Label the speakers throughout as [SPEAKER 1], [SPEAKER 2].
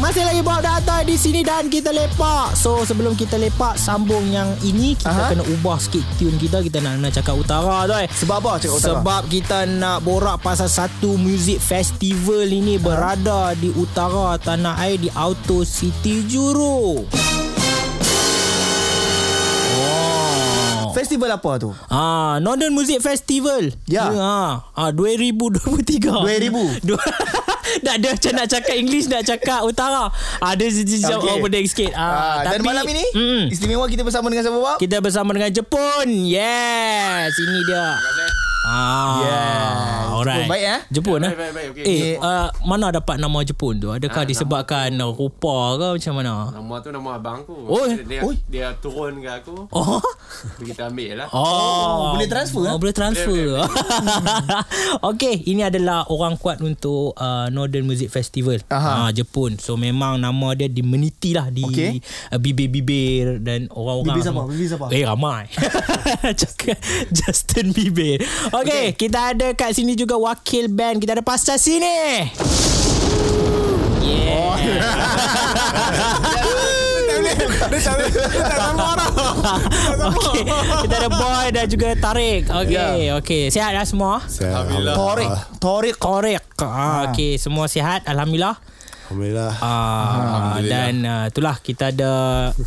[SPEAKER 1] Masih lagi buat data di sini dan kita lepak. So sebelum kita lepak sambung yang ini kita
[SPEAKER 2] Aha.
[SPEAKER 1] Aha. kena ubah sikit tune kita kita nak nak cakap utara tu eh.
[SPEAKER 2] Sebab apa cakap utara?
[SPEAKER 1] Sebab kita nak borak pasal satu music festival ini berada di utara tanah air di Auto City Juru. Oh.
[SPEAKER 2] Festival apa tu?
[SPEAKER 1] Ah, Northern Music Festival.
[SPEAKER 2] Ya.
[SPEAKER 1] Ah, ah 2023.
[SPEAKER 2] 2000.
[SPEAKER 1] Dua- Dah dah macam nak cakap English nak cakap utara. Ah, Ada sejauh
[SPEAKER 2] Okey.
[SPEAKER 1] okay. over sikit. Ah,
[SPEAKER 2] Ah, dan malam ini
[SPEAKER 1] Mm,
[SPEAKER 2] istimewa kita bersama dengan siapa Bob?
[SPEAKER 1] kita bersama dengan Jepun. Yes, ini dia. Ah.
[SPEAKER 2] Yes.
[SPEAKER 1] Alright.
[SPEAKER 2] Jepun baik, eh?
[SPEAKER 1] Jepun eh?
[SPEAKER 3] Baik, baik, Ah, baik. Okey.
[SPEAKER 1] eh, uh, mana dapat nama Jepun tu? Adakah disebabkan rupa ke macam mana?
[SPEAKER 3] Nama tu nama abang aku.
[SPEAKER 1] Oi.
[SPEAKER 3] Dia,
[SPEAKER 2] Oi.
[SPEAKER 3] dia turun ke aku.
[SPEAKER 1] Oh.
[SPEAKER 3] Kita ambil lah.
[SPEAKER 1] Oh,
[SPEAKER 2] boleh transfer,
[SPEAKER 1] Oh,
[SPEAKER 2] eh?
[SPEAKER 1] boleh transfer. Okey, ini adalah orang kuat untuk uh, Northern Music Festival.
[SPEAKER 2] Aha.
[SPEAKER 1] Ah, Jepun. So memang nama dia dimeniti lah di
[SPEAKER 2] Okey.
[SPEAKER 1] uh, bibir-bibir dan orang-orang.
[SPEAKER 2] Bibir siapa? Bibir siapa?
[SPEAKER 1] Eh, ramai. Cakap Justin Bieber. Okey, okay. kita ada kat sini juga wakil band. Kita ada Pasca sini. Yeah.
[SPEAKER 2] Dia tak boleh. Dia tak boleh. Dia tak sama orang.
[SPEAKER 1] Okey, kita ada Boy dan juga Tarik. Okey,
[SPEAKER 2] Ya.
[SPEAKER 1] okey. Sihat dah semua?
[SPEAKER 4] Alhamdulillah.
[SPEAKER 2] Torik. Torik.
[SPEAKER 1] Korek. Ah, ha. Okey, semua sihat. Alhamdulillah.
[SPEAKER 4] Alhamdulillah.
[SPEAKER 1] Ah,
[SPEAKER 4] Alhamdulillah.
[SPEAKER 1] dan uh, itulah kita ada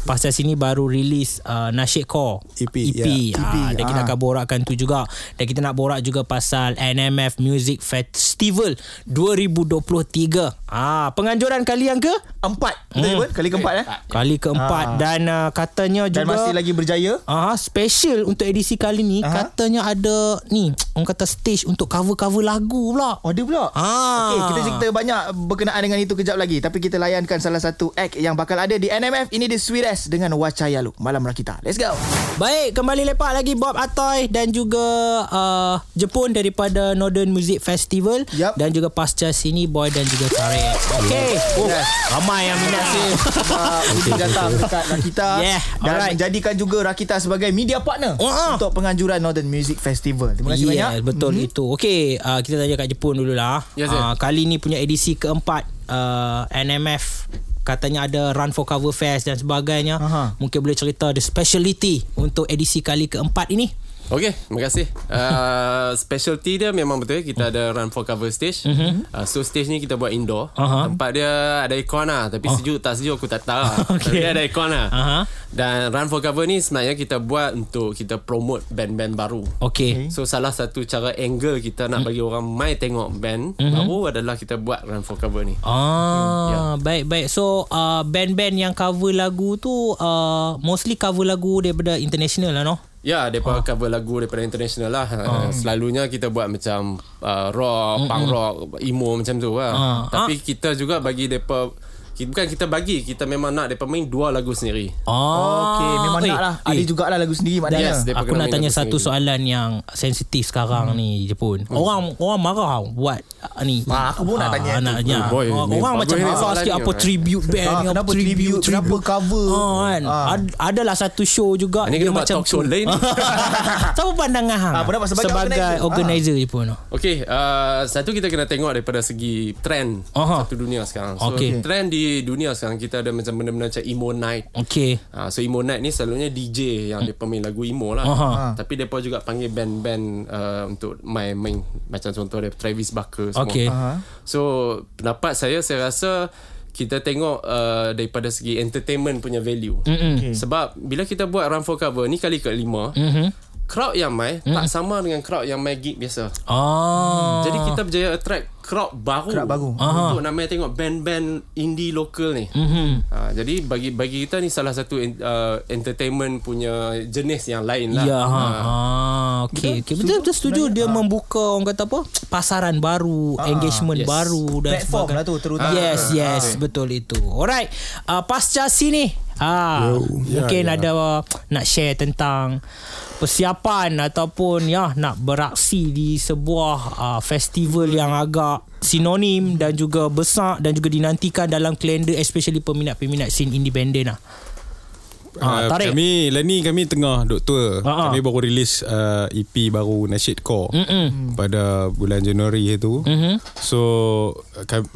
[SPEAKER 1] pasal sini baru rilis uh, Nasyid Core
[SPEAKER 4] EP,
[SPEAKER 1] EP,
[SPEAKER 4] ya.
[SPEAKER 1] Ah,
[SPEAKER 2] EP,
[SPEAKER 1] dan kita
[SPEAKER 2] ah.
[SPEAKER 1] akan borakkan tu juga dan kita nak borak juga pasal NMF Music Festival 2023 ah penganjuran kali yang ke
[SPEAKER 2] Empat. Betul
[SPEAKER 1] Mm.
[SPEAKER 2] Jepun? Kali keempat eh.
[SPEAKER 1] kali keempat dan uh, katanya Ah. juga
[SPEAKER 2] Dan masih lagi berjaya.
[SPEAKER 1] Ah, special untuk edisi kali ni
[SPEAKER 2] Aha.
[SPEAKER 1] katanya ada ni orang kata stage untuk cover-cover lagu pula.
[SPEAKER 2] Oh dia pula
[SPEAKER 1] Ah.
[SPEAKER 2] Okey kita cerita banyak Berkenaan dengan itu kejap lagi Tapi kita layankan salah satu act Yang bakal ada di NMF Ini dia Swires Dengan Wacayalu Malam Rakita Let's go
[SPEAKER 1] Baik, kembali lepak lagi Bob Atoy dan juga uh, Jepun daripada Northern Music Festival
[SPEAKER 2] Yup.
[SPEAKER 1] dan juga pasca sini Boy dan juga Tarik. Okey. Oh,
[SPEAKER 2] Yes.
[SPEAKER 1] ramai yang minat sih.
[SPEAKER 2] Sebab Kita datang dekat Rakita
[SPEAKER 1] Yeah,
[SPEAKER 2] Dan
[SPEAKER 1] alright.
[SPEAKER 2] menjadikan juga Rakita sebagai media partner
[SPEAKER 1] Oh, ah.
[SPEAKER 2] Untuk penganjuran Northern Music Festival Terima kasih banyak Mhm.
[SPEAKER 1] betul mm-hmm. itu. Okey, uh, kita tanya kat Jepun dululah.
[SPEAKER 3] Yes, sir.
[SPEAKER 1] Ah, kali ni punya edisi keempat uh, NMF katanya ada Run for Cover Fest dan sebagainya.
[SPEAKER 2] Aha.
[SPEAKER 1] Mungkin boleh cerita the speciality untuk edisi kali keempat ini.
[SPEAKER 3] Okey, terima kasih. Uh, specialty dia memang betul. ya, Kita ada run for cover stage. Uh, so stage ni kita buat indoor.
[SPEAKER 1] Mhm. Aha.
[SPEAKER 3] Tempat dia ada aircon lah. Tapi sejuk tak sejuk aku tak tahu. lah.
[SPEAKER 1] Okey.
[SPEAKER 3] Tapi dia ada aircon lah.
[SPEAKER 1] Aha.
[SPEAKER 3] Dan run for cover ni sebenarnya kita buat untuk kita promote band-band baru.
[SPEAKER 1] Okey.
[SPEAKER 3] So salah satu cara angle kita
[SPEAKER 1] Mhm.
[SPEAKER 3] nak bagi orang mai tengok band baru adalah kita buat run for cover ni.
[SPEAKER 1] Ah,
[SPEAKER 2] Ya.
[SPEAKER 1] baik baik. So uh, band-band yang cover lagu tu uh, mostly cover lagu daripada international lah no.
[SPEAKER 3] Ya, mereka cover lagu daripada international lah.
[SPEAKER 1] Ah.
[SPEAKER 3] Uh. Selalunya kita buat macam uh, rock, mm punk rock, emo macam tu lah.
[SPEAKER 1] Ah.
[SPEAKER 3] Tapi kita juga bagi mereka, bukan kita bagi, kita memang nak mereka main dua lagu sendiri.
[SPEAKER 1] Ah,
[SPEAKER 2] Okey memang
[SPEAKER 1] eh,
[SPEAKER 2] nak lah
[SPEAKER 1] eh,
[SPEAKER 2] Ada jugalah lagu sendiri maknanya
[SPEAKER 3] Yes, dia
[SPEAKER 1] Aku nak
[SPEAKER 3] kena main
[SPEAKER 1] tanya
[SPEAKER 3] lagu
[SPEAKER 1] satu
[SPEAKER 3] sendiri.
[SPEAKER 1] soalan yang sensitif sekarang hmm. ni Jepun. Orang orang marah tau buat ah, ni.
[SPEAKER 2] Ah, aku pun nak tanya tu.
[SPEAKER 1] Anaknya.
[SPEAKER 3] Eh, boy,
[SPEAKER 1] orang
[SPEAKER 3] ni
[SPEAKER 1] orang
[SPEAKER 3] bagus
[SPEAKER 1] macam
[SPEAKER 3] ni
[SPEAKER 1] marah
[SPEAKER 3] soalan
[SPEAKER 1] sikit
[SPEAKER 3] ni,
[SPEAKER 1] apa
[SPEAKER 3] eh.
[SPEAKER 1] tribute band
[SPEAKER 2] Ah,
[SPEAKER 1] ni, apa
[SPEAKER 2] kenapa tribute, kenapa cover?
[SPEAKER 1] Ah, kan.
[SPEAKER 2] Ah.
[SPEAKER 1] Ad- adalah satu show juga
[SPEAKER 3] Ini
[SPEAKER 1] dia
[SPEAKER 3] kena buat
[SPEAKER 1] macam
[SPEAKER 3] talk show
[SPEAKER 1] tu.
[SPEAKER 3] lain.
[SPEAKER 1] Apa pandangan hang?
[SPEAKER 2] Ah, pendapat sebagai
[SPEAKER 1] sebagai
[SPEAKER 2] organizer. Ah.
[SPEAKER 1] organizer Jepun.
[SPEAKER 3] Okey, uh, satu kita kena tengok daripada segi trend
[SPEAKER 1] Aha.
[SPEAKER 3] satu dunia sekarang. So
[SPEAKER 1] Okey.
[SPEAKER 3] trend di dunia sekarang kita ada macam benda-benda macam emo night.
[SPEAKER 1] Okey.
[SPEAKER 3] Ha, so Emo Night ni selalunya DJ yang dia pemain lagu emo lah.
[SPEAKER 1] Aha.
[SPEAKER 3] Ha. Tapi depa juga panggil band-band uh, untuk main-main macam contoh dia Travis Barker semua.
[SPEAKER 1] Okey.
[SPEAKER 2] Aha.
[SPEAKER 3] So pendapat saya saya rasa kita tengok uh, daripada segi entertainment punya value. Mm-hmm. Sebab bila kita buat run for cover ni kali kelima, mm-hmm. crowd yang main mm-hmm. tak sama dengan crowd yang main gig biasa.
[SPEAKER 1] Ah.
[SPEAKER 3] Jadi kita berjaya attract crowd baru.
[SPEAKER 2] Crowd baru.
[SPEAKER 3] Untuk namanya tengok band-band indie lokal ni. Mm-hmm.
[SPEAKER 1] Mhm.
[SPEAKER 3] Uh, jadi bagi bagi kita ni salah satu en- uh, entertainment punya jenis yang lain lah.
[SPEAKER 1] Ya ha.
[SPEAKER 3] Ah.
[SPEAKER 1] ha. Okey, okey. Betul betul setuju dia membuka orang kata apa? pasaran baru, engagement
[SPEAKER 3] yes.
[SPEAKER 1] baru dan
[SPEAKER 2] Platform
[SPEAKER 1] sebagainya.
[SPEAKER 2] lah tu, terutama.
[SPEAKER 1] Yes, yes, betul itu. Alright. Uh, pasca sini Ah, mungkin
[SPEAKER 4] Ya, ya.
[SPEAKER 1] ada uh, nak share tentang persiapan ataupun ya nak beraksi di sebuah uh, festival yang agak sinonim dan juga besar dan juga dinantikan dalam kalender especially peminat-peminat scene independent lah. Ah,
[SPEAKER 5] Ah,
[SPEAKER 1] tarik.
[SPEAKER 5] Kami Lain ni kami tengah Duk tour
[SPEAKER 1] Ah, ah.
[SPEAKER 5] Kami baru rilis uh, EP baru Nasyid Core Mm-mm. Pada bulan Januari itu mm-hmm. So uh, kam-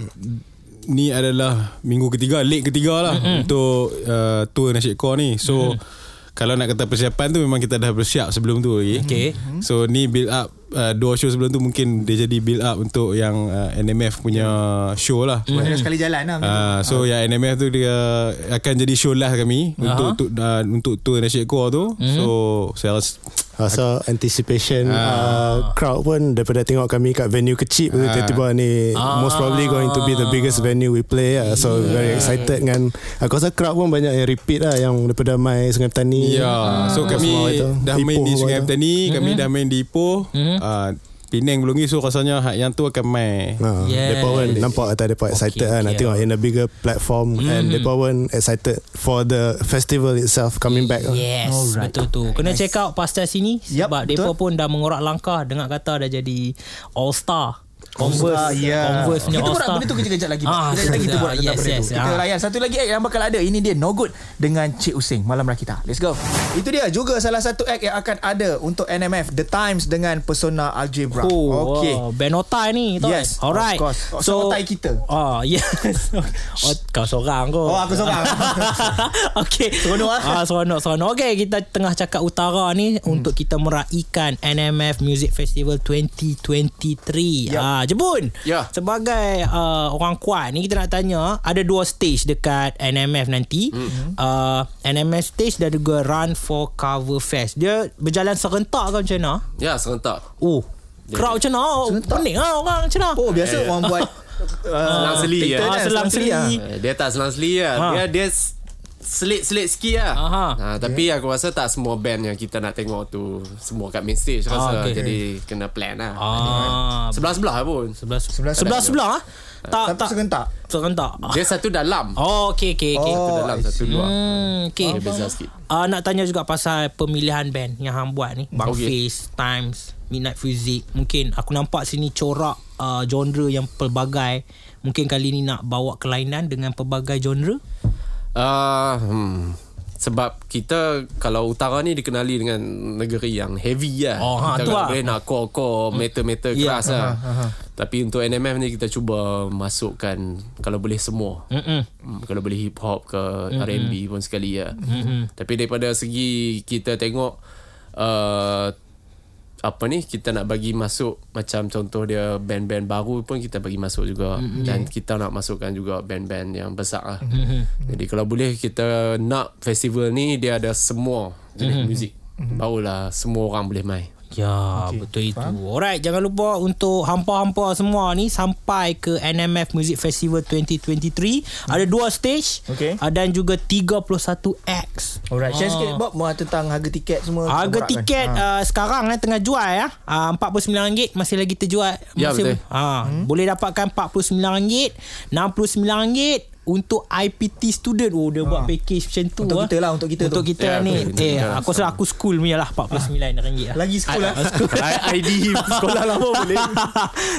[SPEAKER 5] ni adalah minggu ketiga, leg ketiga lah mm-hmm. untuk uh, tour Nasyid Core ni. So mm-hmm. kalau nak kata persiapan tu memang kita dah bersiap sebelum tu lagi.
[SPEAKER 1] Okay.
[SPEAKER 4] Mm-hmm.
[SPEAKER 5] So ni build up uh, dua show sebelum tu mungkin dia jadi build up untuk yang uh, NMF punya show lah.
[SPEAKER 2] Buat
[SPEAKER 1] Mm-hmm.
[SPEAKER 2] mm. sekali jalan lah macam
[SPEAKER 4] Ah.
[SPEAKER 5] Uh, so yang NMF tu dia akan jadi show last kami uh-huh. untuk tu- uh, untuk tour Nasyid Core tu.
[SPEAKER 4] Mhm.
[SPEAKER 5] Mm-hmm. So saya rasa
[SPEAKER 4] Rasa Ah, anticipation
[SPEAKER 5] Ah.
[SPEAKER 4] uh, crowd pun daripada tengok kami kat venue kecil
[SPEAKER 5] Ah.
[SPEAKER 4] uh, tiba-tiba ni uh, most probably going to be the biggest venue we play uh, so yeah. very excited dengan aku rasa crowd pun banyak yang repeat lah yang daripada my Sungai Petani
[SPEAKER 5] Ya,
[SPEAKER 1] Ah.
[SPEAKER 5] so kami
[SPEAKER 4] Ah, Semua itu.
[SPEAKER 5] dah main
[SPEAKER 4] Ipoh
[SPEAKER 5] di Sungai
[SPEAKER 4] itu. Mhm.
[SPEAKER 5] Petani, kami dah main di Ipoh, ah, Penang belum lagi so rasanya hak yang tu akan main.
[SPEAKER 1] Yes.
[SPEAKER 4] Ha, yes. Mereka pun nampak atas mereka
[SPEAKER 1] Okay,
[SPEAKER 4] excited okay, kan. Nak
[SPEAKER 1] okay.
[SPEAKER 4] tengok in a bigger platform mm. and mereka pun excited for the festival itself coming back. lah.
[SPEAKER 1] Yes
[SPEAKER 2] Alright.
[SPEAKER 1] Betul tu Kena nice. check out Pastel sini
[SPEAKER 2] Yup,
[SPEAKER 1] Sebab
[SPEAKER 2] betul.
[SPEAKER 1] mereka pun dah mengorak langkah Dengan kata dah jadi All star Converse
[SPEAKER 2] yeah.
[SPEAKER 1] Converse punya
[SPEAKER 2] Ah, ya. Kita
[SPEAKER 1] All
[SPEAKER 2] buat
[SPEAKER 1] Star
[SPEAKER 2] benda tu kejap-kejap lagi
[SPEAKER 1] Ah,
[SPEAKER 2] ah, Kita, kita, kita
[SPEAKER 1] sedap.
[SPEAKER 2] buat tentang
[SPEAKER 1] Yes,
[SPEAKER 2] benda
[SPEAKER 1] yes,
[SPEAKER 2] tu Kita
[SPEAKER 1] ah.
[SPEAKER 2] layan Satu lagi act yang bakal ada Ini dia No Good Dengan Cik Using Malam Rakita Let's go Itu dia juga salah satu act Yang akan ada Untuk NMF The Times Dengan Persona Algebra
[SPEAKER 1] Oh,
[SPEAKER 2] Okay
[SPEAKER 1] wow. Band otai ni tahu
[SPEAKER 2] Yes,
[SPEAKER 1] kan? Alright
[SPEAKER 2] of course. Oh, so otai kita.
[SPEAKER 1] Ah, yes Ot, Kau seorang kot
[SPEAKER 2] Oh aku seorang
[SPEAKER 1] okay.
[SPEAKER 2] Seronok ah.
[SPEAKER 1] ah. Seronok, seronok. Okay, kita tengah cakap utara ni hmm. untuk kita meraihkan NMF Music Festival 2023.
[SPEAKER 2] Yup.
[SPEAKER 1] Ah, Jebun.
[SPEAKER 3] Ya.
[SPEAKER 1] Sebagai uh, orang kuat ni kita nak tanya, ada dua stage dekat NMF nanti. Hmm. Uh, NMF stage dan juga Run for Cover Fest. Dia berjalan serentak ke macam mana?
[SPEAKER 3] Ya serentak
[SPEAKER 1] Oh, crowd macam mana? Pening lah orang macam mana?
[SPEAKER 2] Oh biasa orang buat
[SPEAKER 3] Selang seli ya
[SPEAKER 1] Ah,
[SPEAKER 2] kan,
[SPEAKER 1] selang
[SPEAKER 2] selang
[SPEAKER 1] seli.
[SPEAKER 2] seli ah.
[SPEAKER 3] Eh, Dia tak senang seli lah.
[SPEAKER 1] Ha.
[SPEAKER 3] Ha. Dia dia s- selit-selit sikit lah.
[SPEAKER 1] Aha.
[SPEAKER 3] Ha, tapi
[SPEAKER 2] Ya.
[SPEAKER 3] aku rasa tak semua band yang kita nak tengok tu semua kat main stage
[SPEAKER 1] Ah,
[SPEAKER 3] rasa.
[SPEAKER 1] okay.
[SPEAKER 3] Jadi kena plan lah.
[SPEAKER 1] Ah,
[SPEAKER 3] Sebelah-sebelah pun.
[SPEAKER 1] sebelah sebelah
[SPEAKER 2] Sebelah-
[SPEAKER 1] sebelah, sebelah ah? tak
[SPEAKER 2] Tapi
[SPEAKER 1] tak
[SPEAKER 2] serentak
[SPEAKER 1] serentak.
[SPEAKER 3] Dia satu dalam.
[SPEAKER 1] Oh, okey okey okey.
[SPEAKER 3] Satu
[SPEAKER 2] Oh,
[SPEAKER 3] dalam,
[SPEAKER 2] I
[SPEAKER 3] satu luar.
[SPEAKER 1] Hmm, okay.
[SPEAKER 3] Dia beza sikit.
[SPEAKER 1] Uh, nak tanya juga pasal pemilihan band yang hang buat ni. Bang okay.
[SPEAKER 3] Okey.
[SPEAKER 1] Face, Times, Midnight Fuzik. Mungkin aku nampak sini corak uh, genre yang pelbagai. Mungkin kali ni nak bawa kelainan dengan pelbagai genre.
[SPEAKER 3] Ah, hmm. Sebab kita kalau utara ni dikenali dengan negeri yang heavy lah.
[SPEAKER 1] Oh, ha,
[SPEAKER 3] kita
[SPEAKER 1] tu lah.
[SPEAKER 3] boleh nak core-core, metal-metal
[SPEAKER 1] Ya.
[SPEAKER 3] keras lah. Tapi untuk NMF ni kita cuba masukkan kalau boleh semua.
[SPEAKER 1] Mm-mm.
[SPEAKER 3] Hmm, kalau boleh hip hop ke mm-hmm. R&B pun sekali ya. Mm-hmm. Tapi daripada segi kita tengok uh, apa ni kita nak bagi masuk macam contoh dia band-band baru pun kita bagi masuk juga mm-hmm. dan kita nak masukkan juga band-band yang besar lah. Mm-hmm. Jadi kalau boleh kita nak festival ni dia ada semua jenis mm-hmm. muzik. Mm-hmm. Barulah semua orang boleh main.
[SPEAKER 1] Ya, okay. betul itu. Alright, jangan lupa untuk hampa-hampa semua ni sampai ke NMF Music Festival 2023. Ada dua stage
[SPEAKER 2] Hmm. Okey.
[SPEAKER 1] uh, dan juga 31 acts.
[SPEAKER 2] Alright Share sikit Bob Wah, Tentang harga tiket semua
[SPEAKER 1] Harga
[SPEAKER 2] Kita borakkan.
[SPEAKER 1] tiket
[SPEAKER 2] Ah.
[SPEAKER 1] uh, sekarang eh, tengah jual ya. Uh, RM49 masih lagi terjual.
[SPEAKER 3] Ya,
[SPEAKER 1] masih,
[SPEAKER 3] betul.
[SPEAKER 1] Ha, hmm. Boleh dapatkan RM49, RM69 untuk IPT student. Oh dia ha. buat package macam tu
[SPEAKER 2] Untuk
[SPEAKER 1] ah.
[SPEAKER 2] kita lah, untuk kita tu. Ha.
[SPEAKER 1] Untuk kita
[SPEAKER 3] Ya,
[SPEAKER 1] ni.
[SPEAKER 3] betul, betul.
[SPEAKER 1] eh
[SPEAKER 3] Kita
[SPEAKER 1] aku rasa aku school punya lah RM49 lah.
[SPEAKER 2] Lagi school lah
[SPEAKER 3] ID sekolah lama boleh.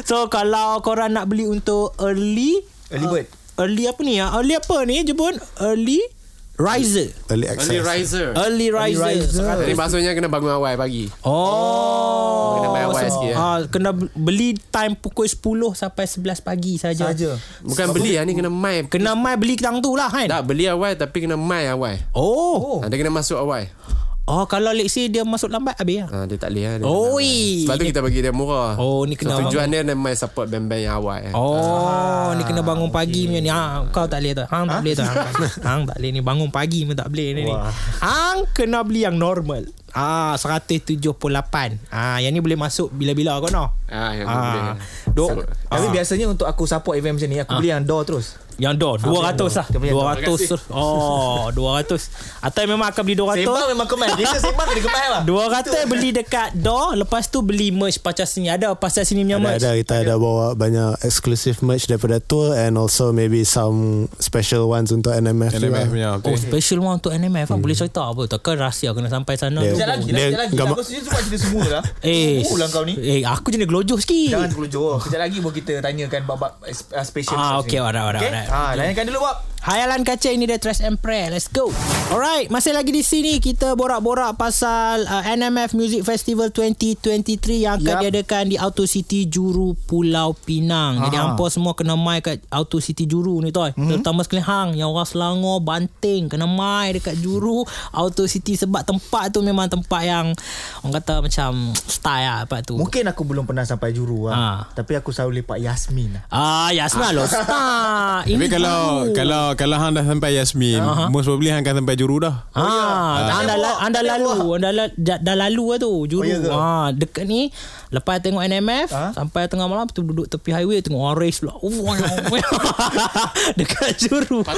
[SPEAKER 1] so kalau korang nak beli untuk early
[SPEAKER 2] Early bird.
[SPEAKER 1] uh, early apa ni ah? early apa ni Jebun early riser
[SPEAKER 4] Early
[SPEAKER 3] Early
[SPEAKER 4] access.
[SPEAKER 3] riser.
[SPEAKER 1] early riser,
[SPEAKER 2] riser.
[SPEAKER 3] Jadi maksudnya kena bangun awal pagi.
[SPEAKER 1] Oh,
[SPEAKER 3] Kena bayar awal sikit, eh.
[SPEAKER 1] Ah, kena beli time pukul 10 sampai 11 pagi saja.
[SPEAKER 2] Saja
[SPEAKER 3] Bukan beli lah ni kena main.
[SPEAKER 1] Kena mai beli ketang tu lah kan.
[SPEAKER 3] Tak beli awal tapi kena main awal.
[SPEAKER 1] Oh.
[SPEAKER 3] Oh. Ha, dia kena masuk awal.
[SPEAKER 1] Oh, kalau let's say dia masuk lambat habis lah.
[SPEAKER 3] Ha, dia tak boleh lah. Dia
[SPEAKER 1] Oi.
[SPEAKER 3] kena main. Sebab tu kita bagi dia murah.
[SPEAKER 1] Oh, ni kena
[SPEAKER 3] so, tujuan dia nak main support band-band yang awal. eh.
[SPEAKER 1] Oh, ni
[SPEAKER 4] Ah,
[SPEAKER 1] kena bangun pagi punya ni. Ah, kau tak boleh tu. Hang tak boleh tu. Hang, hang tak boleh ni bangun pagi pun tak boleh ni. ni. Hang kena beli yang normal. Ah, 178. Ah, yang ni boleh masuk bila-bila kau nak.
[SPEAKER 3] Ah, yang
[SPEAKER 1] Ah,
[SPEAKER 3] boleh.
[SPEAKER 1] dok.
[SPEAKER 2] Tapi biasanya untuk aku support event macam ni
[SPEAKER 1] Ah.
[SPEAKER 2] Aku beli yang door terus
[SPEAKER 1] Yang door 200 lah
[SPEAKER 2] Dia punya door.
[SPEAKER 1] 200 Oh 200 Atau memang akan beli 200
[SPEAKER 2] Sembang memang kemas Kita sembang kena kemas lah
[SPEAKER 1] 200 beli dekat door Lepas tu beli merch Pasal sini Ada pasal sini punya
[SPEAKER 4] Ada,
[SPEAKER 1] merch
[SPEAKER 4] ada kita ada bawa banyak exclusive merch daripada tour and also maybe some special ones untuk NMF.
[SPEAKER 5] NMF
[SPEAKER 4] juga.
[SPEAKER 5] punya
[SPEAKER 1] Oh
[SPEAKER 5] betul.
[SPEAKER 1] special one untuk NMF hmm. Boleh cerita apa Takkan rahsia kena sampai sana
[SPEAKER 4] Dia-
[SPEAKER 1] tu.
[SPEAKER 2] Sekejap lagi lah,
[SPEAKER 4] Dia
[SPEAKER 2] Sekejap lagi
[SPEAKER 4] gambar-
[SPEAKER 2] Aku sendiri sebab cerita semua lah
[SPEAKER 1] Eh
[SPEAKER 2] Semua lah kau ni
[SPEAKER 1] Eh aku jenis gelojoh sikit
[SPEAKER 2] Jangan terlujur Sekejap lagi pun kita tanyakan Babak uh, special
[SPEAKER 1] Ah,
[SPEAKER 2] session
[SPEAKER 1] okey,
[SPEAKER 2] ni.
[SPEAKER 1] alright, alright,
[SPEAKER 2] Okey?
[SPEAKER 1] alright.
[SPEAKER 2] Ah, Layankan dulu Bob
[SPEAKER 1] Hayalan kaca ini dia Trust and Prayer Let's go Alright, masih lagi di sini kita borak-borak pasal uh, NMF Music Festival 2023 yang akan
[SPEAKER 2] Yup.
[SPEAKER 1] diadakan di Auto City Juru Pulau Pinang. Jadi
[SPEAKER 2] Aha.
[SPEAKER 1] hampa semua kena mai kat Auto City Juru ni toy.
[SPEAKER 2] Mhm.
[SPEAKER 1] Mm-hmm. Terutama sekali hang yang orang Selangor, Banting kena mai dekat Juru Auto City sebab tempat tu memang tempat yang orang kata macam style lah tempat tu.
[SPEAKER 2] Mungkin aku belum pernah sampai juru
[SPEAKER 1] Ah.
[SPEAKER 2] lah. Tapi aku selalu lepak Yasmin lah.
[SPEAKER 1] Ah, Yasmin lo star.
[SPEAKER 5] Tapi
[SPEAKER 1] Ini
[SPEAKER 5] kalau
[SPEAKER 1] baru.
[SPEAKER 5] kalau kalau hang dah sampai Yasmin, uh-huh. most probably hang akan sampai juru dah.
[SPEAKER 1] Ah,
[SPEAKER 2] ya.
[SPEAKER 1] anda,
[SPEAKER 2] Tak payah
[SPEAKER 1] la,
[SPEAKER 2] buat,
[SPEAKER 1] anda
[SPEAKER 2] tak payah
[SPEAKER 1] lalu, anda la, ja- dah lalu lah tu juru.
[SPEAKER 2] Oh, ya ke?
[SPEAKER 1] ah, dekat ni lepas tengok NMF
[SPEAKER 2] Ah?
[SPEAKER 1] sampai tengah malam tu duduk tepi highway tengok orang race pula. Oh, wow. dekat juru.
[SPEAKER 2] lah,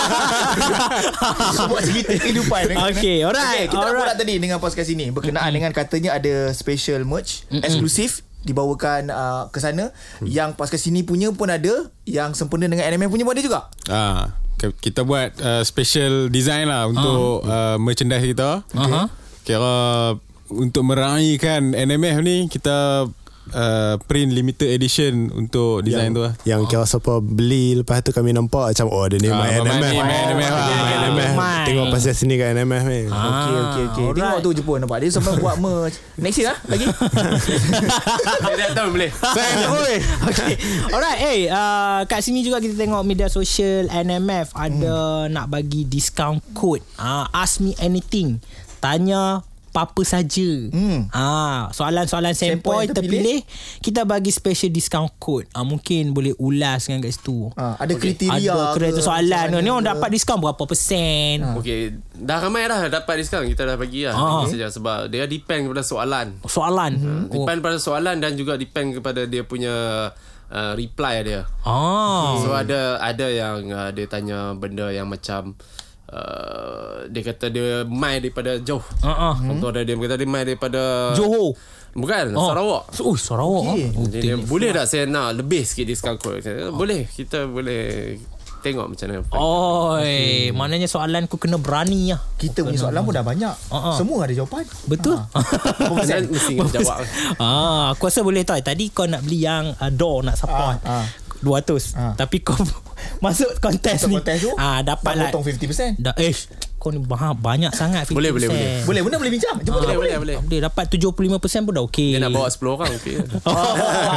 [SPEAKER 2] Sebab cerita kehidupan eh.
[SPEAKER 1] Okay, alright,
[SPEAKER 2] okay, Kita nak
[SPEAKER 1] alright.
[SPEAKER 2] borak tadi dengan podcast ini Berkenaan dengan katanya ada special merch Eksklusif Dibawakan uh, ke sana Yang podcast ini punya pun ada Yang sempena dengan NMM punya pun ada juga
[SPEAKER 5] Ah, ke- kita buat uh, special design lah untuk uh, merchandise kita.
[SPEAKER 1] Ah. Aha.
[SPEAKER 5] Kira untuk meraihkan NMF ni kita uh, print limited edition untuk
[SPEAKER 1] Ya.
[SPEAKER 5] design tu lah.
[SPEAKER 4] Yang kau siapa beli Lepas tu kami nampak Macam oh dia ni
[SPEAKER 5] Ah,
[SPEAKER 4] main
[SPEAKER 5] main
[SPEAKER 4] NMF
[SPEAKER 5] ni, main NMF lah.
[SPEAKER 4] Main NMF
[SPEAKER 1] Main.
[SPEAKER 4] Tengok
[SPEAKER 5] Ah.
[SPEAKER 4] pasal sini kat NMF ni
[SPEAKER 2] Okay okay okay
[SPEAKER 1] Ah, alright.
[SPEAKER 2] Tengok tu je pun nampak Dia sampai buat merch Next year lah lagi
[SPEAKER 3] Dia tak boleh.
[SPEAKER 1] Oi. Okay. Alright, eh uh, kat sini juga kita tengok media sosial NMF ada nak bagi discount code. Ah uh, ask me anything. Tanya apa saja. Hmm. Ah, soalan-solan sempoi
[SPEAKER 2] Sempoi
[SPEAKER 1] terpilih, kita bagi special discount code. Ah mungkin boleh ulas dengan kat situ.
[SPEAKER 2] Ah, Ada kriteria
[SPEAKER 1] ada kereta
[SPEAKER 2] ke,
[SPEAKER 1] soalan Ah.
[SPEAKER 2] macam
[SPEAKER 1] ni
[SPEAKER 2] mana
[SPEAKER 1] orang
[SPEAKER 2] ke.
[SPEAKER 1] dapat diskaun berapa persen.
[SPEAKER 3] Okey, dah ramai dah dapat diskaun kita dah bagi lah.
[SPEAKER 1] Ah.
[SPEAKER 3] Bagi saja sebab dia depend kepada soalan.
[SPEAKER 1] Soalan. Oh.
[SPEAKER 3] Depend pada soalan dan juga depend kepada dia punya uh, reply dia.
[SPEAKER 1] Ah.
[SPEAKER 3] So ada ada yang uh, dia tanya benda yang macam uh, dia kata dia mai daripada jauh.
[SPEAKER 1] Ah, ah.
[SPEAKER 3] Contoh ada dia kata dia mai daripada
[SPEAKER 1] Johor.
[SPEAKER 3] Bukan,
[SPEAKER 1] Oh.
[SPEAKER 3] Sarawak.
[SPEAKER 1] Oh, Sarawak.
[SPEAKER 2] Okey.
[SPEAKER 1] ah. Oh,
[SPEAKER 3] Jadi, dia, boleh tak saya nak lebih sikit discount code? Saya, Boleh, kita boleh tengok macam mana.
[SPEAKER 1] Oh, Oi, maknanya soalan ku kena berani lah.
[SPEAKER 2] Kita punya soalan pun dah banyak
[SPEAKER 1] Ah, ah.
[SPEAKER 2] Semua ada jawapan
[SPEAKER 1] Betul?
[SPEAKER 2] Ah.
[SPEAKER 3] Saya mesti jawab.
[SPEAKER 1] ah, aku rasa boleh tau. Tadi kau nak beli yang uh, door nak support.
[SPEAKER 2] Ah, ah.
[SPEAKER 1] 200.
[SPEAKER 2] Ah.
[SPEAKER 1] Tapi kau masuk kontes
[SPEAKER 2] Masuk
[SPEAKER 1] ni.
[SPEAKER 2] kontes tu,
[SPEAKER 1] ah, dapat
[SPEAKER 2] Nak
[SPEAKER 1] lah.
[SPEAKER 2] potong 50%
[SPEAKER 1] Da, eh, kau ni bah, banyak sangat.
[SPEAKER 3] Boleh, boleh,
[SPEAKER 1] 50%.
[SPEAKER 3] boleh.
[SPEAKER 2] Boleh benda boleh bincang Jom
[SPEAKER 3] Boleh,
[SPEAKER 2] boleh
[SPEAKER 3] boleh, boleh.
[SPEAKER 1] Ah. Boleh dapat 75% pun dah okey.
[SPEAKER 3] Dia nak bawa 10 orang, okey.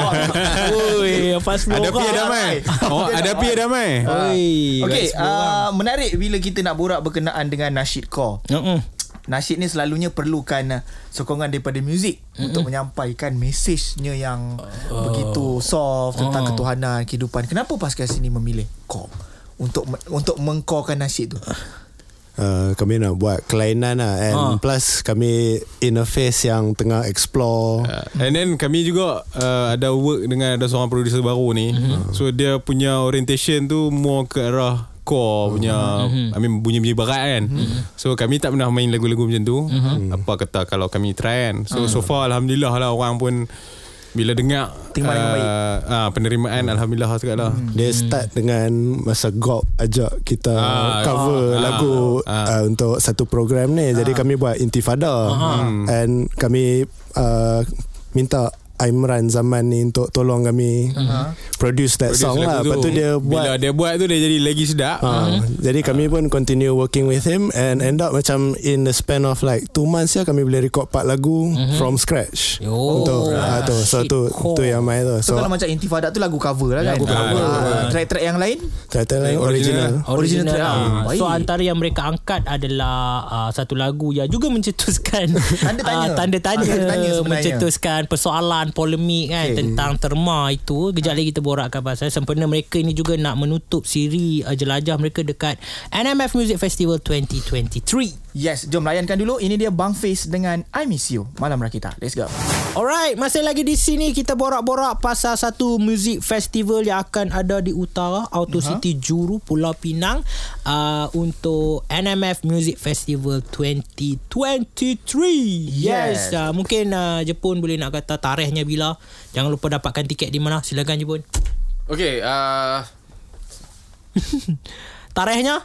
[SPEAKER 1] Oi, apa semua
[SPEAKER 5] Ada pi
[SPEAKER 1] orang.
[SPEAKER 5] ada mai. Oh, ada pi ada mai.
[SPEAKER 1] Oi.
[SPEAKER 2] Okay uh, Menarik bila kita nak borak Berkenaan dengan nasyid core
[SPEAKER 1] Uh-uh.
[SPEAKER 2] Nasyid ni selalunya perlukan uh, sokongan daripada muzik mm-hmm. untuk menyampaikan mesejnya yang uh, begitu soft tentang uh. ketuhanan, kehidupan. Kenapa Pascal sini memilih core untuk me- untuk mengkorkan nasyid tu?
[SPEAKER 4] Uh, kami nak buat kelainan lah
[SPEAKER 1] Ah.
[SPEAKER 4] and plus kami in a phase yang tengah explore
[SPEAKER 5] Uh, and then kami juga uh, ada work dengan ada seorang producer baru ni. Mm-hmm. So dia punya orientation tu more ke arah core punya mm-hmm. I mean bunyi-bunyi barat kan. Mm-hmm. So kami tak pernah main lagu-lagu macam tu. Mm-hmm. Apa kata kalau kami try kan. So so far alhamdulillah lah orang pun bila dengar
[SPEAKER 2] Terima dengan baik.
[SPEAKER 5] ah, penerimaan alhamdulillah sangat lah.
[SPEAKER 4] Dia start dengan Masa Gob ajak kita
[SPEAKER 5] Ah,
[SPEAKER 4] cover
[SPEAKER 5] ah,
[SPEAKER 4] lagu
[SPEAKER 5] ah.
[SPEAKER 4] uh, untuk satu program ni. Jadi kami buat Intifada.
[SPEAKER 5] Ah.
[SPEAKER 4] Hmm. And kami uh, minta Aimran zaman ni untuk tolong kami produce
[SPEAKER 5] Ah. Produce
[SPEAKER 4] that song
[SPEAKER 5] lagu
[SPEAKER 4] lah. Lepas tu dia buat
[SPEAKER 5] Bila dia buat tu dia jadi lagi sedap.
[SPEAKER 4] Ah, Jadi kami pun continue working with him and end up macam in the span of like two months ya kami boleh record empat lagu
[SPEAKER 5] Mhm.
[SPEAKER 4] from scratch.
[SPEAKER 1] Yo.
[SPEAKER 5] Oh,
[SPEAKER 4] Untuk ah, tu so
[SPEAKER 1] Shit,
[SPEAKER 4] tu tu
[SPEAKER 1] core.
[SPEAKER 4] yang main tu.
[SPEAKER 2] So,
[SPEAKER 4] So,
[SPEAKER 2] kalau macam Intifada tu lagu cover lah kan?
[SPEAKER 1] Lagu
[SPEAKER 5] cover.
[SPEAKER 2] Ah, track-track yang lain?
[SPEAKER 4] title lain
[SPEAKER 5] original.
[SPEAKER 4] original.
[SPEAKER 2] Original
[SPEAKER 1] Original,
[SPEAKER 2] track.
[SPEAKER 1] original.
[SPEAKER 2] Ah,
[SPEAKER 1] So
[SPEAKER 2] baik.
[SPEAKER 1] antara yang mereka angkat adalah uh, Satu lagu yang juga mencetuskan
[SPEAKER 2] Tanda tanya.
[SPEAKER 1] ah, Tanda tanya,
[SPEAKER 2] Ah, tanda tanya sebenarnya.
[SPEAKER 1] Mencetuskan persoalan polemik kan
[SPEAKER 2] Okay.
[SPEAKER 1] okay. Tentang terma itu Kejap lagi kita borakkan pasal Sempena mereka ini juga nak menutup siri uh, jelajah mereka dekat NMF Music Festival 2023
[SPEAKER 2] Yes, jom layankan dulu. Ini dia Bang Face dengan I Miss You. Malam Rakita. Let's go.
[SPEAKER 1] Alright, masih lagi di sini kita borak-borak pasal satu music festival yang akan ada di utara Auto uh-huh. City Juru Pulau Pinang uh, untuk NMF Music Festival 2023.
[SPEAKER 2] Yes.
[SPEAKER 1] Yes, uh, mungkin uh, Jepun boleh nak kata tarikhnya bila. Jangan lupa dapatkan tiket di mana. Silakan Jepun.
[SPEAKER 3] Okey, uh,
[SPEAKER 1] Tarikhnya?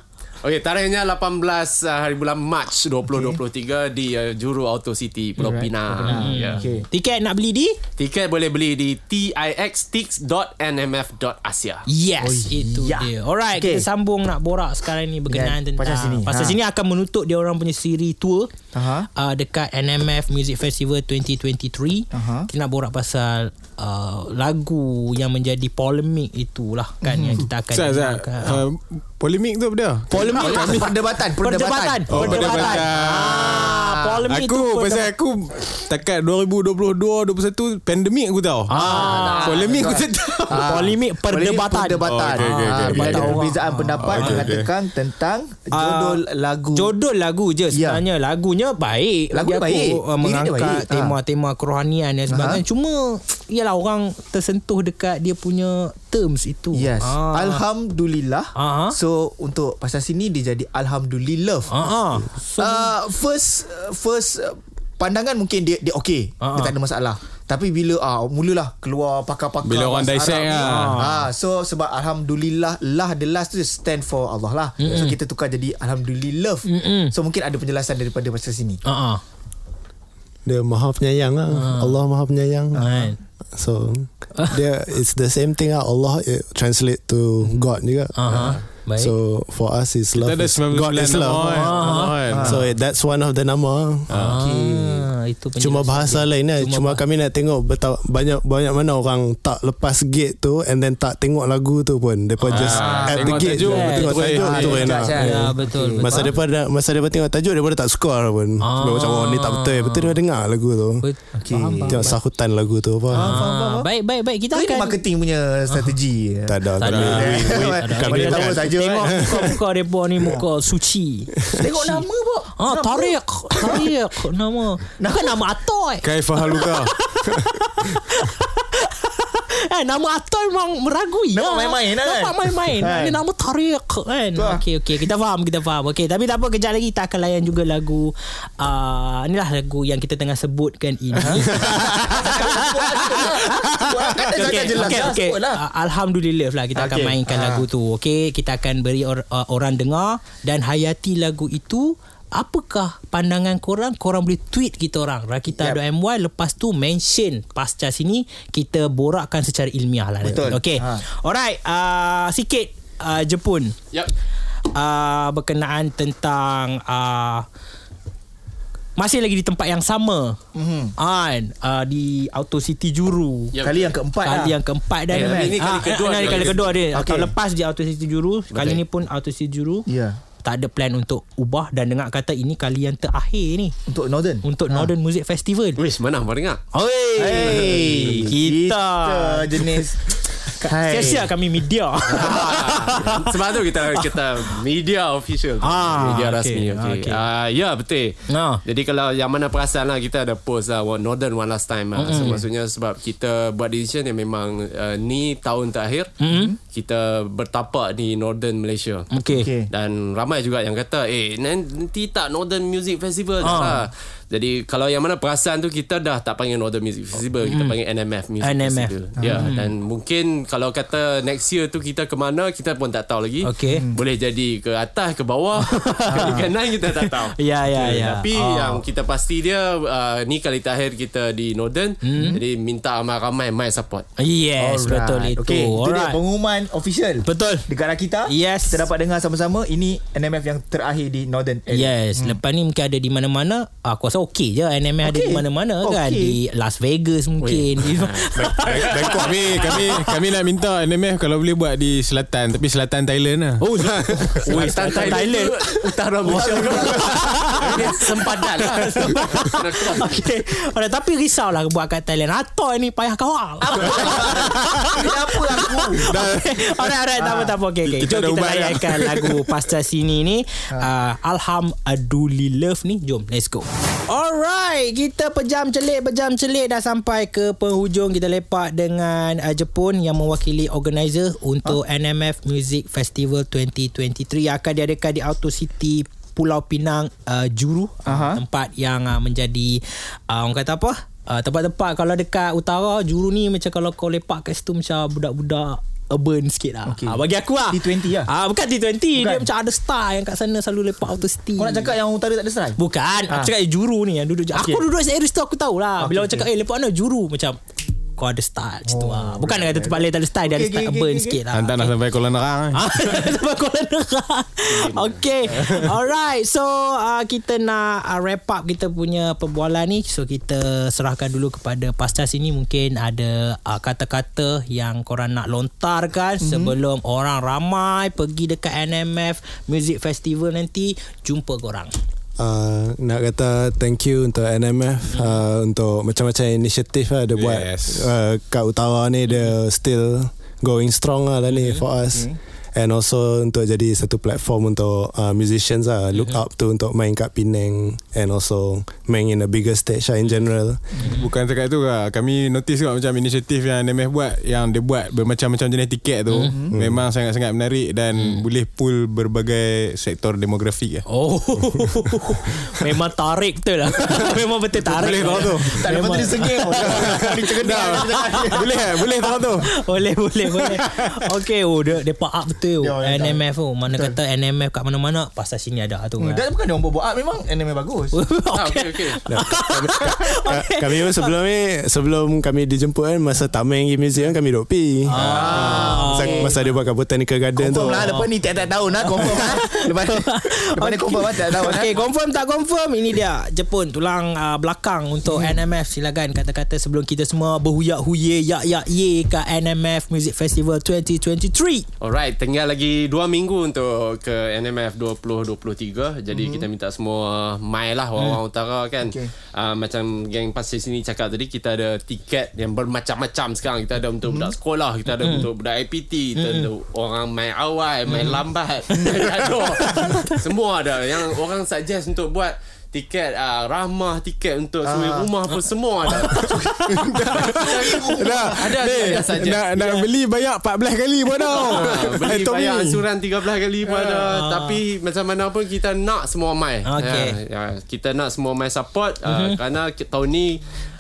[SPEAKER 3] Okey, tarikhnya 18 uh, hari bulan Mac 2023 okay. di uh, Juru Auto City Pulau
[SPEAKER 2] Alright,
[SPEAKER 3] Pinang. Ya. Yeah.
[SPEAKER 2] Okay.
[SPEAKER 1] Tiket nak beli di
[SPEAKER 3] Tiket boleh beli di tixtix.nmf.asia.
[SPEAKER 1] Yes oh, Itu
[SPEAKER 2] ya.
[SPEAKER 1] dia Alright okay.
[SPEAKER 2] Okay.
[SPEAKER 1] Kita sambung nak borak sekarang ni Berkenaan
[SPEAKER 2] Dan
[SPEAKER 1] tentang
[SPEAKER 2] pasal sini.
[SPEAKER 1] Pasal
[SPEAKER 2] Ha.
[SPEAKER 1] sini akan menutup Dia orang punya siri tour
[SPEAKER 2] Aha.
[SPEAKER 1] uh, Dekat NMF Music Festival 2023
[SPEAKER 2] Aha.
[SPEAKER 1] Kita nak borak pasal uh, Lagu yang menjadi polemik itulah Kan yang kita akan
[SPEAKER 5] Zat, Zat.
[SPEAKER 1] dengarkan.
[SPEAKER 5] Uh, polemik tu apa dia?
[SPEAKER 1] Polemik
[SPEAKER 2] Perdebatan,
[SPEAKER 1] Perdebatan.
[SPEAKER 2] perdebatan.
[SPEAKER 5] Oh, perdebatan.
[SPEAKER 1] Ah, polemik
[SPEAKER 5] Aku
[SPEAKER 1] tu
[SPEAKER 5] pasal aku Takat 2022 21 Pandemik aku tahu ah, Polemik aku tak tahu
[SPEAKER 1] Ah. Polemik perdebatan.
[SPEAKER 2] Perdebatan.
[SPEAKER 5] Oh, okey, okey,
[SPEAKER 2] Ah,
[SPEAKER 5] okey,
[SPEAKER 2] bila
[SPEAKER 5] okey,
[SPEAKER 2] ada
[SPEAKER 1] okey.
[SPEAKER 2] perbezaan pendapat
[SPEAKER 5] okey, okey.
[SPEAKER 2] mengatakan tentang jodol lagu.
[SPEAKER 1] Ah, Jodoh lagu je
[SPEAKER 2] Ya.
[SPEAKER 1] sebenarnya Lagunya baik
[SPEAKER 2] Lagu
[SPEAKER 1] Bagi
[SPEAKER 2] baik.
[SPEAKER 1] aku, uh,
[SPEAKER 2] Lirik dia
[SPEAKER 1] Mengangkat
[SPEAKER 2] baik. Ha.
[SPEAKER 1] tema-tema kerohanian dan sebagainya
[SPEAKER 2] Aha.
[SPEAKER 1] Cuma Yalah orang tersentuh dekat dia punya terms itu
[SPEAKER 2] Yes.
[SPEAKER 1] Ah.
[SPEAKER 2] Alhamdulillah.
[SPEAKER 1] Aha.
[SPEAKER 2] So untuk pasal sini dia jadi alhamdulillah.
[SPEAKER 1] Ah, ah. So,
[SPEAKER 2] uh, first uh, first uh, pandangan mungkin dia dia okey.
[SPEAKER 1] Ah,
[SPEAKER 2] Uh-huh. Dia
[SPEAKER 1] ah.
[SPEAKER 2] tak ada masalah. Tapi bila ah uh, mulalah keluar pakar-pakar
[SPEAKER 5] Bila orang
[SPEAKER 2] bahasa
[SPEAKER 5] dissect
[SPEAKER 2] Arab ni,
[SPEAKER 5] lah.
[SPEAKER 2] Ah uh, so sebab alhamdulillah lah the last tu stand for Allah lah. Mm-mm. So kita tukar jadi alhamdulillah.
[SPEAKER 1] Mm-mm.
[SPEAKER 2] So mungkin ada penjelasan daripada pasal sini.
[SPEAKER 1] ah, ah.
[SPEAKER 4] Dia maha penyayang lah. Allah maha penyayang.
[SPEAKER 1] Kan.
[SPEAKER 4] So dia it's the same thing lah. Allah it translate to God juga.
[SPEAKER 1] Aha. Ah, Baik.
[SPEAKER 4] So for us is love.
[SPEAKER 5] Kita ada
[SPEAKER 4] Is, God
[SPEAKER 5] 99
[SPEAKER 4] lah. is
[SPEAKER 5] nama
[SPEAKER 4] love.
[SPEAKER 5] kan.
[SPEAKER 1] Ah.
[SPEAKER 5] Kan.
[SPEAKER 4] So eh, that's one of the nama.
[SPEAKER 1] Ah, itu penjelasan
[SPEAKER 4] Cuma bahasa
[SPEAKER 1] dia.
[SPEAKER 4] lain lah.
[SPEAKER 1] Cuma
[SPEAKER 4] Cuma
[SPEAKER 1] bah-
[SPEAKER 4] kami nak tengok betapa, banyak banyak mana orang tak lepas gate tu and then tak tengok lagu tu pun. Mereka just at the
[SPEAKER 5] tengok
[SPEAKER 4] gate
[SPEAKER 5] tajuk,
[SPEAKER 4] je.
[SPEAKER 1] Ah, betul
[SPEAKER 5] tu
[SPEAKER 4] Tengok
[SPEAKER 5] eh.
[SPEAKER 4] tajuk
[SPEAKER 5] Ah,
[SPEAKER 4] tu
[SPEAKER 2] judge
[SPEAKER 4] enak.
[SPEAKER 2] kan.
[SPEAKER 1] Ya betul, betul.
[SPEAKER 4] Masa mereka dah- masa mereka tengok tajuk mereka tak score pun. Sebab Macam oh ni tak betul. Betul
[SPEAKER 1] Ah.
[SPEAKER 4] dia dengar lagu tu.
[SPEAKER 1] Bet-
[SPEAKER 2] Okey.
[SPEAKER 4] Tengok sahutan lagu tu apa.
[SPEAKER 1] Ah, baik baik baik kita
[SPEAKER 2] So ini
[SPEAKER 1] akan
[SPEAKER 2] marketing punya strategi.
[SPEAKER 4] Tak ada.
[SPEAKER 1] Tak
[SPEAKER 4] Tak
[SPEAKER 1] ada.
[SPEAKER 4] ada.
[SPEAKER 2] Kami
[SPEAKER 4] Kami-
[SPEAKER 2] tahu saja.
[SPEAKER 1] Tengok
[SPEAKER 2] kan.
[SPEAKER 1] muka-muka mereka ni muka suci.
[SPEAKER 2] Tengok nama pun.
[SPEAKER 1] Ah, Tariq. Tariq nama. Bukan nama Atoy.
[SPEAKER 5] Kai Fahaluka
[SPEAKER 1] Eh, nama Atoy memang meragui.
[SPEAKER 2] Nampak
[SPEAKER 1] lah.
[SPEAKER 2] main-main lah, kan?
[SPEAKER 1] Nampak main-main.
[SPEAKER 2] Kan.
[SPEAKER 1] Ini nama Tariq kan.
[SPEAKER 2] lah.
[SPEAKER 1] Okey, okey. Kita faham, kita faham. Okey, tapi tak apa. Kejap lagi kita akan layan juga lagu. Uh, inilah lagu yang kita tengah sebutkan ini.
[SPEAKER 2] Ha? Korang kata sangat jelas.
[SPEAKER 1] okay,
[SPEAKER 2] Dah,
[SPEAKER 1] okay.
[SPEAKER 2] sebut lah.
[SPEAKER 1] Uh, Alhamdulillah lah kita akan
[SPEAKER 2] Okay.
[SPEAKER 1] mainkan
[SPEAKER 2] Ah.
[SPEAKER 1] lagu tu. Okey, kita akan beri or, uh, orang dengar dan hayati lagu itu. Apakah pandangan korang? Korang boleh tweet kita orang. Rakita.my lepas tu mention pasca sini kita borakkan secara ilmiah lah.
[SPEAKER 2] Betul.
[SPEAKER 1] Okey.
[SPEAKER 2] Ah.
[SPEAKER 1] Alright, uh, sikit uh, Jepun
[SPEAKER 3] Yep.
[SPEAKER 1] uh, berkenaan tentang uh, masih lagi di tempat yang sama. Mm-hmm. uh, di Auto City Juru.
[SPEAKER 3] Yep.
[SPEAKER 2] Kali yang keempat
[SPEAKER 1] Kali
[SPEAKER 2] lah.
[SPEAKER 1] yang keempat dah
[SPEAKER 3] Eh,
[SPEAKER 1] ni.
[SPEAKER 3] tapi ini kali
[SPEAKER 1] Ah,
[SPEAKER 3] kedua
[SPEAKER 1] ah, ni
[SPEAKER 3] dia.
[SPEAKER 1] kali kedua dia.
[SPEAKER 2] Okey.
[SPEAKER 1] Tahun lepas je auto city juru, kali ni pun auto city juru.
[SPEAKER 2] Ya.
[SPEAKER 1] Tak ada plan untuk ubah dan dengar kata ini kali yang terakhir ni
[SPEAKER 2] Untuk Northern.
[SPEAKER 1] untuk Northern Music Festival.
[SPEAKER 3] Wish mana apa dengar?
[SPEAKER 1] Oi,
[SPEAKER 2] Hey,
[SPEAKER 1] kita.
[SPEAKER 2] kita jenis Hai.
[SPEAKER 1] Sia-sia kami media.
[SPEAKER 3] Sebab tu kita kita media official.
[SPEAKER 1] Ah,
[SPEAKER 3] media
[SPEAKER 1] okay,
[SPEAKER 3] rasmi. Okay.
[SPEAKER 1] okay.
[SPEAKER 3] Okay. Uh, ya betul.
[SPEAKER 1] Ah.
[SPEAKER 3] Jadi kalau yang mana perasan lah kita ada post lah one- Northern one last time. Mm-hmm. So maksudnya sebab kita buat decision yang memang uh, ni tahun terakhir mm-hmm. kita bertapak di Northern Malaysia.
[SPEAKER 1] Okey.
[SPEAKER 2] Okey.
[SPEAKER 3] Dan ramai juga yang kata Eh nanti tak Northern Music Festival dah lah
[SPEAKER 1] Ah.
[SPEAKER 3] Jadi kalau yang mana perasan tu Kita dah tak panggil Northern Music Festival
[SPEAKER 1] Mm.
[SPEAKER 3] Kita panggil NMF Music
[SPEAKER 1] NMF.
[SPEAKER 3] Festival Ya dan mungkin Kalau kata next year tu kita ke mana Kita pun tak tahu lagi
[SPEAKER 1] Okey. Ah.
[SPEAKER 3] Hmm. Boleh jadi ke atas ke bawah Ke kanan kita tak tahu
[SPEAKER 1] Ya, ya,
[SPEAKER 3] Okay,
[SPEAKER 1] ya.
[SPEAKER 3] Tapi
[SPEAKER 1] Ah.
[SPEAKER 3] yang kita pasti dia uh, Ni kali terakhir kita di Northern
[SPEAKER 1] Hmm.
[SPEAKER 3] Jadi minta ramai-ramai my support
[SPEAKER 1] Yes,
[SPEAKER 2] Alright.
[SPEAKER 1] betul itu.
[SPEAKER 2] Okey, itu dia
[SPEAKER 1] Alright.
[SPEAKER 2] pengumuman official.
[SPEAKER 1] Betul.
[SPEAKER 2] Dekat Rakita.
[SPEAKER 1] Yes.
[SPEAKER 2] Kita dapat dengar sama-sama ini NMF yang terakhir di Northern area.
[SPEAKER 1] Yes, hmm. lepas ni mungkin ada di mana-mana. Aku rasa okey je NMA okay. ada di mana-mana okay. kan
[SPEAKER 2] Okey.
[SPEAKER 1] di Las Vegas mungkin. Di,
[SPEAKER 5] Bangkok kami, kami kami nak minta NMF kalau boleh buat di selatan Tapi selatan Thailand lah Oh,
[SPEAKER 1] oh, selatan
[SPEAKER 3] Thailand
[SPEAKER 1] Thailand.
[SPEAKER 3] tu Utara Malaysia Ini Sempadan lah
[SPEAKER 1] Okey. Alright, tapi risaulah buat kat Thailand. Atoy ni payah kawal.
[SPEAKER 2] Kenapa aku?
[SPEAKER 1] alright, alright, tak apa, tak apa. Okay, okay. Jom
[SPEAKER 5] Kita
[SPEAKER 1] kita
[SPEAKER 5] dah
[SPEAKER 1] kan.
[SPEAKER 5] ubat lah. dah.
[SPEAKER 1] layankan lagu Pasca Sini ni.
[SPEAKER 2] Ha.
[SPEAKER 1] Uh, Alhamdulillah ni. Jom, let's go. Alright, kita pejam celik, pejam celik dah sampai ke penghujung. Kita lepak dengan uh, Jepun yang mewakili organizer untuk
[SPEAKER 2] Ha.
[SPEAKER 1] NMF Music Festival 2023 yang akan diadakan di Auto City Pulau Pinang uh, Juru uh-huh.
[SPEAKER 2] Aha.
[SPEAKER 1] tempat yang uh, menjadi uh, orang kata apa Uh, tempat-tempat kalau dekat utara juru ni macam kalau kau lepak kat situ macam budak-budak urban sikit lah. Okay.
[SPEAKER 2] Okay.
[SPEAKER 1] Ha, bagi aku lah.
[SPEAKER 2] T20 lah.
[SPEAKER 1] Ah, bukan T20. Bukan. Dia
[SPEAKER 2] Bukan.
[SPEAKER 1] macam ada star yang kat sana selalu lepak auto steam.
[SPEAKER 2] Kau nak cakap yang utara tak ada serai?
[SPEAKER 1] Bukan. Aku
[SPEAKER 2] Ah.
[SPEAKER 1] cakap eh, juru ni yang duduk. je. Aku
[SPEAKER 2] Okay.
[SPEAKER 1] duduk series tu aku tahulah.
[SPEAKER 2] Okay,
[SPEAKER 1] Bila orang
[SPEAKER 2] okay.
[SPEAKER 1] cakap eh lepak mana juru macam kau ada style macam tu lah. Bukan nak kata tempat lain tak ada style. Dia ada
[SPEAKER 2] Oh, Okay,
[SPEAKER 1] style
[SPEAKER 2] okay,
[SPEAKER 1] urban
[SPEAKER 2] okay,
[SPEAKER 1] sikit lah.
[SPEAKER 5] Hantar nak sampai kolam nerang eh.
[SPEAKER 1] Ah, Sebab kau nerah Okay Alright So uh, kita nak uh, wrap up Kita punya perbualan ni So kita serahkan dulu kepada Pasca sini Mungkin ada uh, kata-kata Yang korang nak lontarkan mm-hmm. Sebelum orang ramai Pergi dekat NMF Music Festival nanti Jumpa korang
[SPEAKER 4] Uh, nak kata thank you untuk NMF uh, untuk macam-macam inisiatif lah dia buat
[SPEAKER 5] Yes.
[SPEAKER 4] uh, kat utara ni dia still going strong lah, lah ni for us and also untuk jadi satu platform untuk uh, musicians lah look up tu untuk main kat Penang and also main in a bigger stage lah in general
[SPEAKER 5] Bukan cakap tu lah Kami notice juga Macam inisiatif yang NMF buat Yang dia buat Bermacam-macam jenis tiket tu mm-hmm. Memang sangat-sangat menarik Dan mm. boleh pull Berbagai sektor demografik lah
[SPEAKER 1] Oh Memang tarik tu lah Memang betul tarik
[SPEAKER 5] Boleh tahu tu.
[SPEAKER 2] Tak ada patut dia sengih Dia cakap
[SPEAKER 5] Boleh eh Boleh tahu tu
[SPEAKER 1] boleh boleh boleh. Okey, oh dia depa up betul.
[SPEAKER 2] Dia
[SPEAKER 1] oh.
[SPEAKER 2] orang tak-
[SPEAKER 1] NMF tu. Mana kata NMF kat mana-mana pasal sini ada tu kan.
[SPEAKER 2] Dan bukan Hmm. dia orang buat-buat Memang anime bagus
[SPEAKER 3] Ah,
[SPEAKER 1] Okey.
[SPEAKER 3] okay, okay.
[SPEAKER 4] Ka- kami pun sebelum ni sebelum kami dijemput kan masa tak main game museum kami duk pi ah, masa, okay. masa dia buat kat botanical garden
[SPEAKER 2] Confirm
[SPEAKER 4] tu
[SPEAKER 2] lah Lepas ni tiap-tiap tahun lah Confirm lah Lepas ni Lepas ni confirm lah Tiap tahun lah
[SPEAKER 1] Okey, confirm tak confirm ini dia Jepun tulang uh, belakang untuk hmm. NMF silakan kata-kata sebelum kita semua berhuyak-huye yak-yak ye kat NMF Music Festival 2023.
[SPEAKER 3] Alright, tinggal lagi 2 minggu untuk ke NMF 2023. Jadi mm-hmm. kita minta semua mai lah orang-orang mm. utara kan. Okay.
[SPEAKER 2] Okay.
[SPEAKER 3] Uh, macam geng pasir sini cakap tadi kita ada tiket yang bermacam-macam sekarang. Kita ada untuk mm. budak sekolah, kita ada mm. untuk budak IPT, kita ada orang mai awal, mai lambat, mai gaduh. semua ada yang orang suggest untuk buat tiket uh, ramah tiket untuk uh. suri rumah pun semua ada. ada ada ada suggest.
[SPEAKER 5] nak, nak beli bayar 14 kali pun tau
[SPEAKER 3] Ah, beli
[SPEAKER 5] Itu
[SPEAKER 3] bayar
[SPEAKER 5] ni.
[SPEAKER 3] ansuran 13 kali pada tapi macam mana pun kita nak semua mai.
[SPEAKER 1] Okey.
[SPEAKER 3] Ya, ya, kita nak semua mai support uh, kerana ki- tahun ni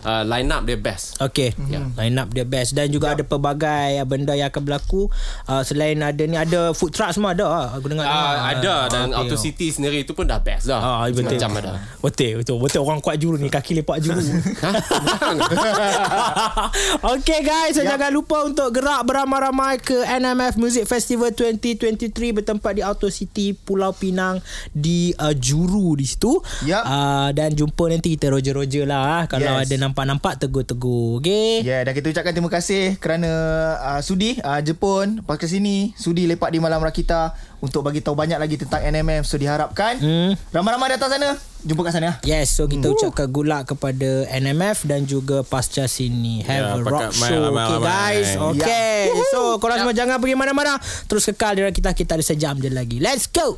[SPEAKER 3] uh, line up dia best.
[SPEAKER 1] Okey,
[SPEAKER 2] Hmm.
[SPEAKER 1] yeah. ya, line up dia best dan juga
[SPEAKER 2] Ya.
[SPEAKER 1] ada pelbagai uh, benda yang akan berlaku. Uh, selain ada ni ada food truck semua ada. ah. Aku dengar
[SPEAKER 3] Uh,
[SPEAKER 1] dengar.
[SPEAKER 3] ada
[SPEAKER 1] Ah,
[SPEAKER 3] dan
[SPEAKER 1] okey.
[SPEAKER 3] Auto City sendiri tu pun dah best dah.
[SPEAKER 1] Ah, betul.
[SPEAKER 3] lah. Macam ada.
[SPEAKER 1] Betul, betul. Betul orang kuat juru ni. Kaki lepak juru. okay guys, yep. jangan lupa untuk gerak beramai-ramai ke NMF Music Festival 2023 bertempat di Auto City Pulau Pinang di uh, Juru di situ.
[SPEAKER 2] Yup.
[SPEAKER 1] Uh, dan jumpa nanti kita roger-roger lah. ah. Kalau yes.
[SPEAKER 2] Yes.
[SPEAKER 1] ada nampak-nampak tegur-tegur. Okay?
[SPEAKER 2] Ya, yeah, dan kita ucapkan terima kasih kerana uh, sudi uh, Jepun podcast ini sudi lepak di malam rakita untuk bagi tahu banyak lagi tentang NMM. So diharapkan hmm. ramai-ramai datang sana. Jumpa kat sana. ya.
[SPEAKER 1] Yes, so kita ucapkan good luck kepada NMF dan juga pasca sini. Have
[SPEAKER 5] Ya,
[SPEAKER 1] a
[SPEAKER 5] pakat
[SPEAKER 1] rock
[SPEAKER 5] main
[SPEAKER 1] show. okay
[SPEAKER 5] ramai-ramai.
[SPEAKER 1] guys.
[SPEAKER 5] Ya.
[SPEAKER 1] Okay. So korang semua jangan pergi mana-mana. Terus kekal di kita kita ada sejam je lagi. Let's go.